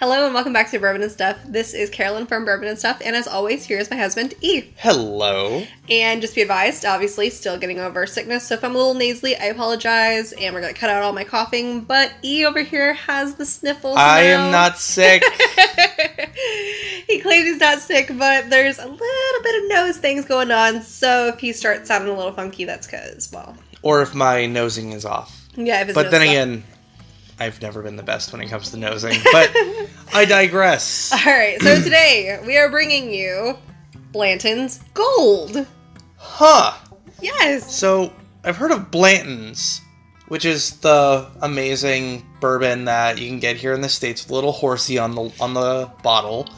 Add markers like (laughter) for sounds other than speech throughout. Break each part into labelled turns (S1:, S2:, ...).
S1: Hello and welcome back to Bourbon and Stuff. This is Carolyn from Bourbon and Stuff, and as always, here is my husband, E.
S2: Hello.
S1: And just be advised, obviously, still getting over sickness, so if I'm a little nasally, I apologize, and we're gonna cut out all my coughing, but E over here has the sniffles.
S2: I
S1: now.
S2: am not sick.
S1: (laughs) he claims he's not sick, but there's a little bit of nose things going on, so if he starts sounding a little funky, that's because, well,
S2: or if my nosing is off.
S1: yeah, if it's
S2: But
S1: (laughs)
S2: then again, I've never been the best when it comes to nosing.
S1: (laughs)
S2: But I digress.
S1: Alright, so today we are bringing you Blanton's Gold.
S2: Huh.
S1: Yes.
S2: So I've heard of Blanton's, which is the amazing bourbon that you can get here in the States, a little horsey on the on the bottle.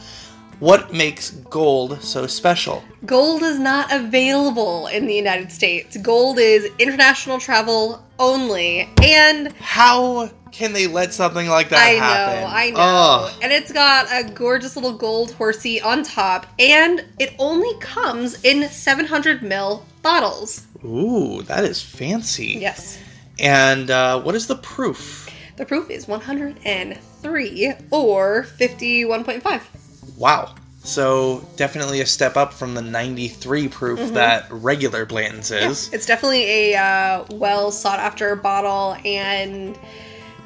S2: What makes gold so special?
S1: Gold is not available in the United States. Gold is international travel only. And
S2: How can they let something like that
S1: I
S2: happen?
S1: know, I know.
S2: Ugh.
S1: And it's got a gorgeous little gold horsey on top, and it only comes in 700 ml bottles.
S2: Ooh, that is fancy.
S1: Yes.
S2: And uh, what is the proof?
S1: The proof is 103 or 51.5.
S2: Wow. So definitely a step up from the 93 proof that regular Blanton's is.
S1: It's definitely a uh, well sought after bottle, and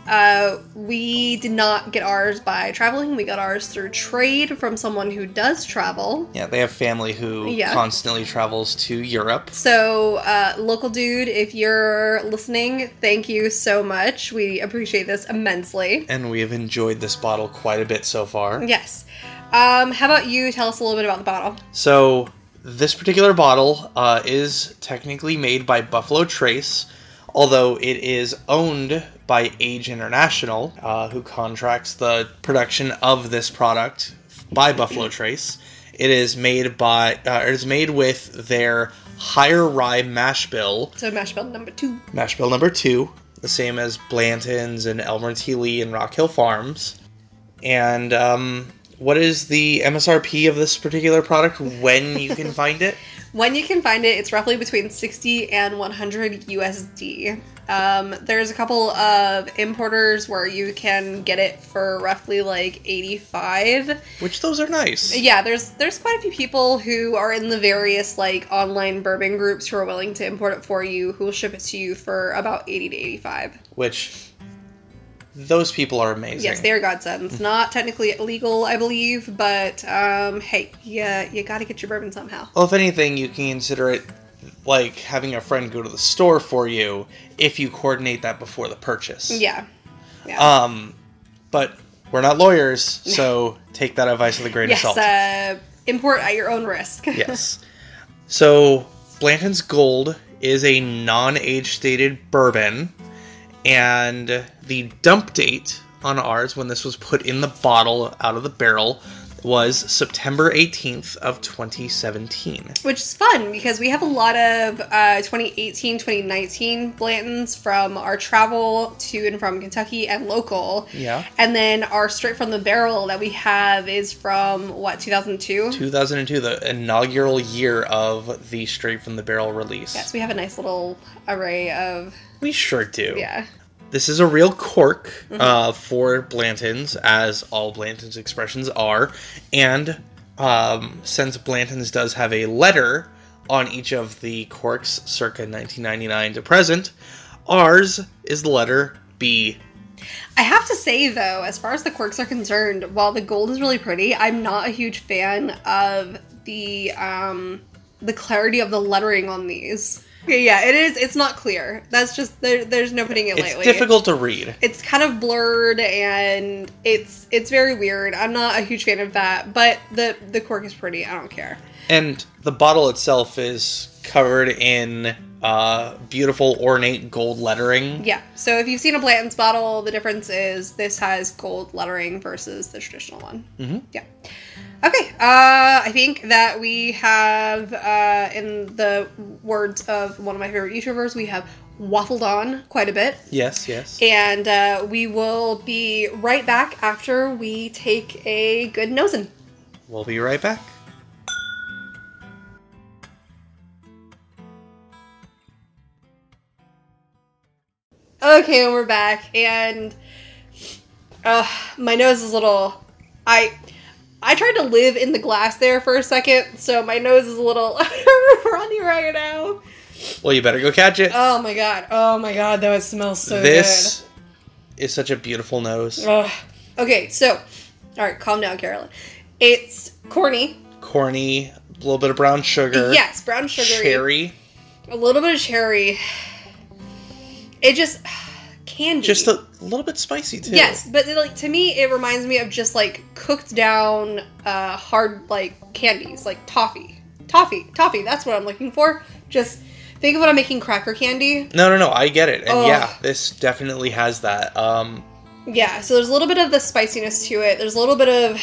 S1: uh, we did not get ours by traveling. We got ours through trade from someone who does travel.
S2: Yeah, they have family who
S1: Yeah.
S2: constantly travels to Europe.
S1: So, uh, local dude, if you're listening, thank you so much. We appreciate this immensely.
S2: And we have enjoyed this bottle quite a bit so far.
S1: Yes. Um, how about you tell us a little bit about the bottle?
S2: So, this particular bottle uh, is technically made by Buffalo Trace, although it is owned by Age International, uh, who contracts the production of this product by Buffalo Trace. It is made by uh, it is made with their higher rye mash bill,
S1: So, mash bill number two.
S2: mash bill number two, the same as Blanton's and Elmer T. Lee and Rock Hill Farms. And um, what is the MSRP of this particular product when
S1: (laughs)
S2: you can find it?
S1: When you can find it, it's roughly between 60 and 100 USD. Um, there's a couple of importers where you can get it for roughly like 85.
S2: Which those are nice.
S1: Yeah, there's there's quite a few people who are in the various like online bourbon groups who are willing to import it for you, who will ship it to you for about 80 to 85.
S2: Which those people are amazing.
S1: Yes, they are godsends. Not technically illegal, I believe, but um, hey, yeah, you got to get your bourbon somehow.
S2: Well, if anything, you can consider it like having a friend go to the store for you if you coordinate that before the purchase.
S1: Yeah. Yeah.
S2: Um, but we're not
S1: (laughs)
S2: lawyers, so take that advice with a grain of
S1: yes,
S2: salt.
S1: uh, import at your own risk.
S2: yes. So Blanton's Gold is a non-age stated bourbon, and the dump date on ours when this was put in the bottle out of the barrel was September 18th of 2017.
S1: which is fun because we have a lot of uh, 2018 2019 blantons from our travel to and from kentucky and local
S2: Yeah.
S1: and then our straight from the barrel that we have is from what 2002
S2: 2002, the inaugural year of the straight from the barrel release.
S1: yes we have a nice little array of
S2: We sure do.
S1: yeah
S2: This is a real cork
S1: Mm-hmm.
S2: uh, for Blantons, as all Blantons expressions are. And um, since Blantons does have a letter on each of the corks circa 1999 to present, ours is the letter B.
S1: I have to say though, as far as the quirks are concerned, while the gold is really pretty, I'm not a huge fan of the um the clarity of the lettering on these. Yeah, it is. It's not clear. That's just there, there's no putting it
S2: It's
S1: lightly.
S2: difficult to read.
S1: It's kind of blurred and it's it's very weird. I'm not a huge fan of that, but the the cork is pretty. I don't care.
S2: And the bottle itself is covered in uh, beautiful, ornate gold lettering.
S1: Yeah. So if you've seen a Blanton's bottle, the difference is this has gold lettering versus the traditional one.
S2: Mhm.
S1: Yeah. Okay. Uh, I think that we have, uh, in the words of one of my favorite YouTubers, we have waffled on quite a bit.
S2: Yes, yes.
S1: And uh, we will be right back after we take a good nosin.
S2: We'll be right back.
S1: Okay, and we're back. And Ugh, uh, my nose is a little. I I tried to live in the glass there for a second, so my nose is a little (laughs) runny right now.
S2: Well, you better go catch it.
S1: Oh my god. Oh my god, though it smells so
S2: this is such a beautiful nose.
S1: good. Ugh. Okay, so all right, calm down, Carolyn. It's corny.
S2: Corny, a little bit of brown sugar.
S1: Yes, brown sugary.
S2: Cherry.
S1: A little bit of cherry. It just (sighs) candy.
S2: Just a little bit spicy too.
S1: Yes, but it, like to me, it reminds me of just like cooked down, uh, hard like candies, like toffee, toffee, toffee. That's what I'm looking for. Just think of when I'm making cracker candy.
S2: No, no, no. I get it, and
S1: Ugh.
S2: yeah, this definitely has that. Um,
S1: Yeah. So there's a little bit of the spiciness to it. There's a little bit of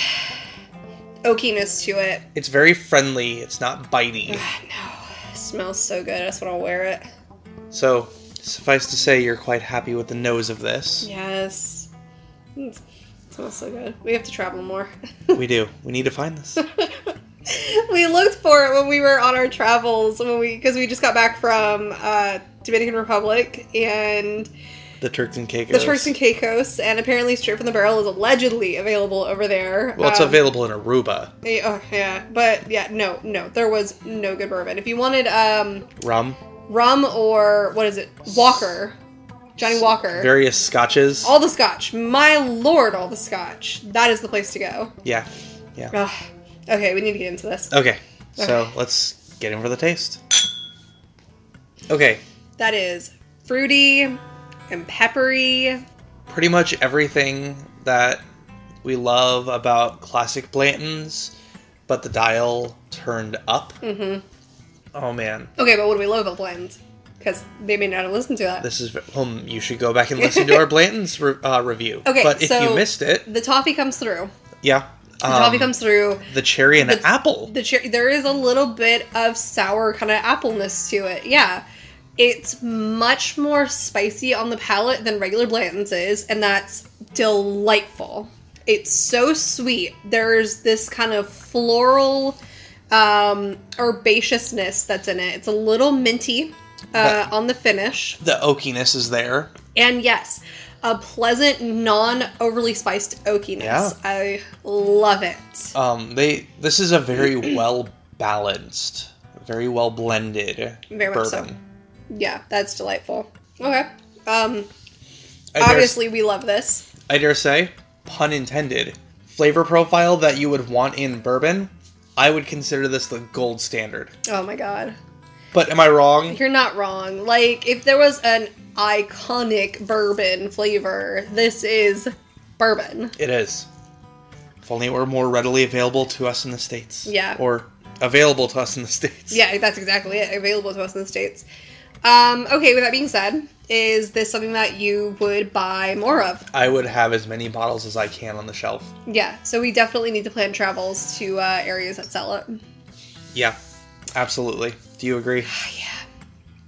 S1: oakiness to it. (sighs)
S2: it's very friendly. It's not bitey.
S1: Ah, no, it smells so good. I just want to wear it.
S2: so suffice to say, you're quite happy with the nose
S1: (laughs)
S2: of this.
S1: Yes. Mm, It smells so good. We have to travel more. (laughs)
S2: We do. We need to find this.
S1: we looked for it when we were on our travels when we because we just got back from uh, Dominican Republic and
S2: The Turks and Caicos.
S1: the Turks and Caicos, and apparently Straight from the Barrel is allegedly available over there.
S2: Well, it's
S1: Um,
S2: available in Aruba.
S1: eh, Oh yeah, but yeah, no, no, there was no good bourbon. If you wanted um,
S2: Rum.
S1: rum or what is it, Walker, Johnny Walker,
S2: Various scotches.
S1: all the Scotch, my lord, all the Scotch. That is the place to go.
S2: yeah.
S1: Ugh. Okay, we need to get into this.
S2: Okay. So
S1: Okay.
S2: let's get in for the taste. Okay.
S1: That is fruity and peppery.
S2: Pretty much everything that we love about classic Blantons, but the dial turned up.
S1: hmm
S2: Oh man,
S1: Okay, but what do we love about blends? Because they may not have listened to that.
S2: this is. Um, you should go back and
S1: (laughs)
S2: listen to our Blantons re- uh, review.
S1: Okay,
S2: But if you
S1: so-
S2: missed it,
S1: the toffee comes through.
S2: yeah.
S1: The
S2: um,
S1: toffee comes through.
S2: the cherry and
S1: the-
S2: apple.
S1: The cher- there is a little bit of sour kind of appleness to it. Yeah. It's much more spicy on the palate than regular Blanton's is, and that's delightful. It's so sweet. There's this kind of floral um, herbaceousness that's in it. It's a little minty uh,
S2: But-
S1: on the finish.
S2: the oakiness is there.
S1: And yes, a pleasant, non overly spiced oakiness.
S2: Yeah.
S1: I love it.
S2: Um, they this is
S1: (clears throat)
S2: a very well balanced, very well blended
S1: Very much so.
S2: bourbon.
S1: Yeah, that's delightful. Okay. Um,
S2: I dare,
S1: obviously we love this.
S2: I dare say, pun intended, flavor profile that you would want in bourbon. I would consider this the gold standard.
S1: Oh my god.
S2: But am I wrong?
S1: You're not wrong. Like, if there was an iconic bourbon flavor, this is bourbon.
S2: It is. If only it were more readily available to us in the states.
S1: Yeah.
S2: Or available to us in the states.
S1: Yeah, that's exactly it. Available to us in the States. Um, okay, with that being said, is this something that you would buy more of?
S2: I would have as many bottles as I can on the shelf.
S1: Yeah, so we definitely need to plan travels to uh, areas that sell it.
S2: Yeah. Absolutely. Do you agree?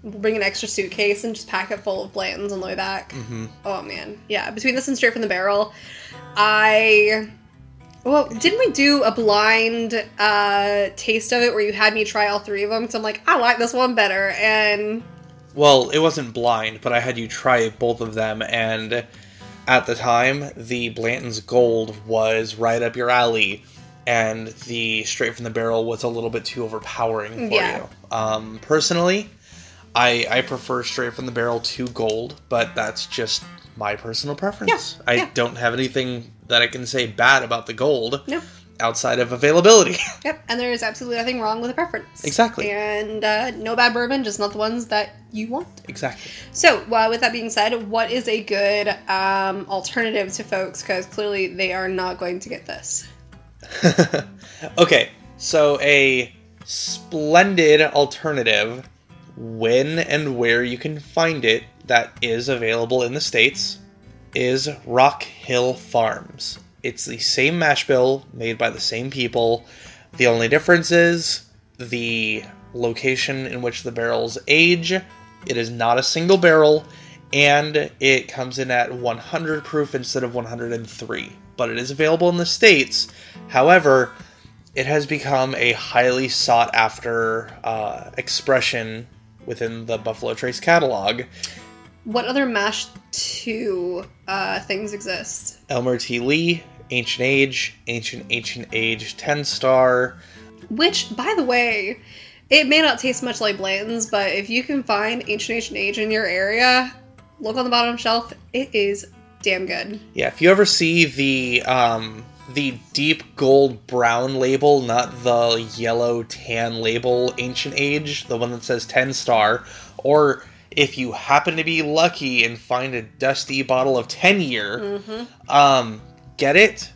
S1: We'll bring an extra suitcase and just pack it full of Blantons on the way back.
S2: Mm-hmm.
S1: Oh man, yeah. Between this and Straight from the Barrel, I well, didn't we do a blind uh, taste of it where you had me try all three of them? So I'm like, I like this one better, and
S2: Well, it wasn't blind, but I had you try both of them, and at the time, the Blanton's Gold was right up your alley, and the Straight from the Barrel was a little bit too overpowering for
S1: Yeah.
S2: you. Um, personally, I, I prefer Straight from the Barrel to Gold, but that's just my personal preference. I
S1: yeah.
S2: don't have anything that I can say bad about the Gold
S1: No.
S2: outside of availability. (laughs)
S1: yep, and there is absolutely nothing wrong with a preference.
S2: Exactly.
S1: And uh, no bad bourbon, just not the ones that you want.
S2: exactly.
S1: So, uh, with that being said, what is a good um, alternative to folks? Because clearly they are not going to get this.
S2: (laughs) okay, so a splendid alternative when and where you can find it that is available in the States is Rock Hill Farms. It's the same mash bill made by the same people. The only difference is the location in which the barrels age. It is not a single barrel, and it comes in at 100 proof instead of 103. But it is available in the States. However, it has become a highly sought after uh, expression within the Buffalo Trace catalog
S1: What other MASH 2 uh, things exist?
S2: Elmer T. Lee, Ancient Age, Ancient Ancient Age, 10 star.
S1: Which, by the way, it may not taste much like Blanton's, but if you can find Ancient Ancient Age in your area, look on the bottom shelf. It is damn good.
S2: Yeah, if you ever see the um the deep gold brown label, not the yellow tan label Ancient Age, the one that says 10 star, or if you happen to be lucky and find a dusty bottle of 10 year,
S1: Mm-hmm.
S2: um, get it.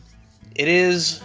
S2: It is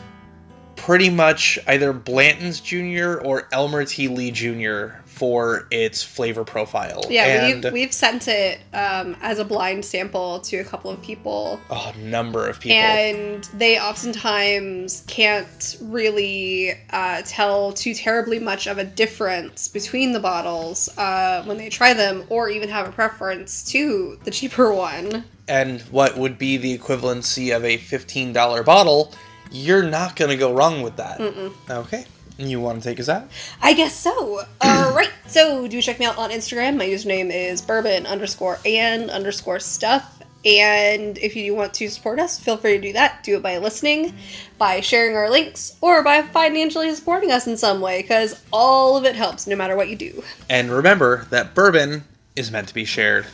S2: pretty much either Blanton's Jr. or Elmer T. Lee Jr. for its flavor profile.
S1: Yeah,
S2: and
S1: we've, we've sent it um, as a blind sample to a couple of people,
S2: a number of people.
S1: and they oftentimes can't really uh, tell too terribly much of a difference between the bottles uh, when they try them, or even have a preference to the cheaper (laughs) one.
S2: and what would be the equivalency of a $15 bottle, you're not going to go wrong with that.
S1: Mm-mm.
S2: Okay. You want to take us out?
S1: I guess so. All right. So do check me out on Instagram. My username is bourbon underscore and underscore stuff. And if you want to support us, feel free to do that. Do it by listening, by sharing our links, or by financially supporting us in some way, because all of it helps no matter what you do.
S2: And remember that bourbon is meant to be shared.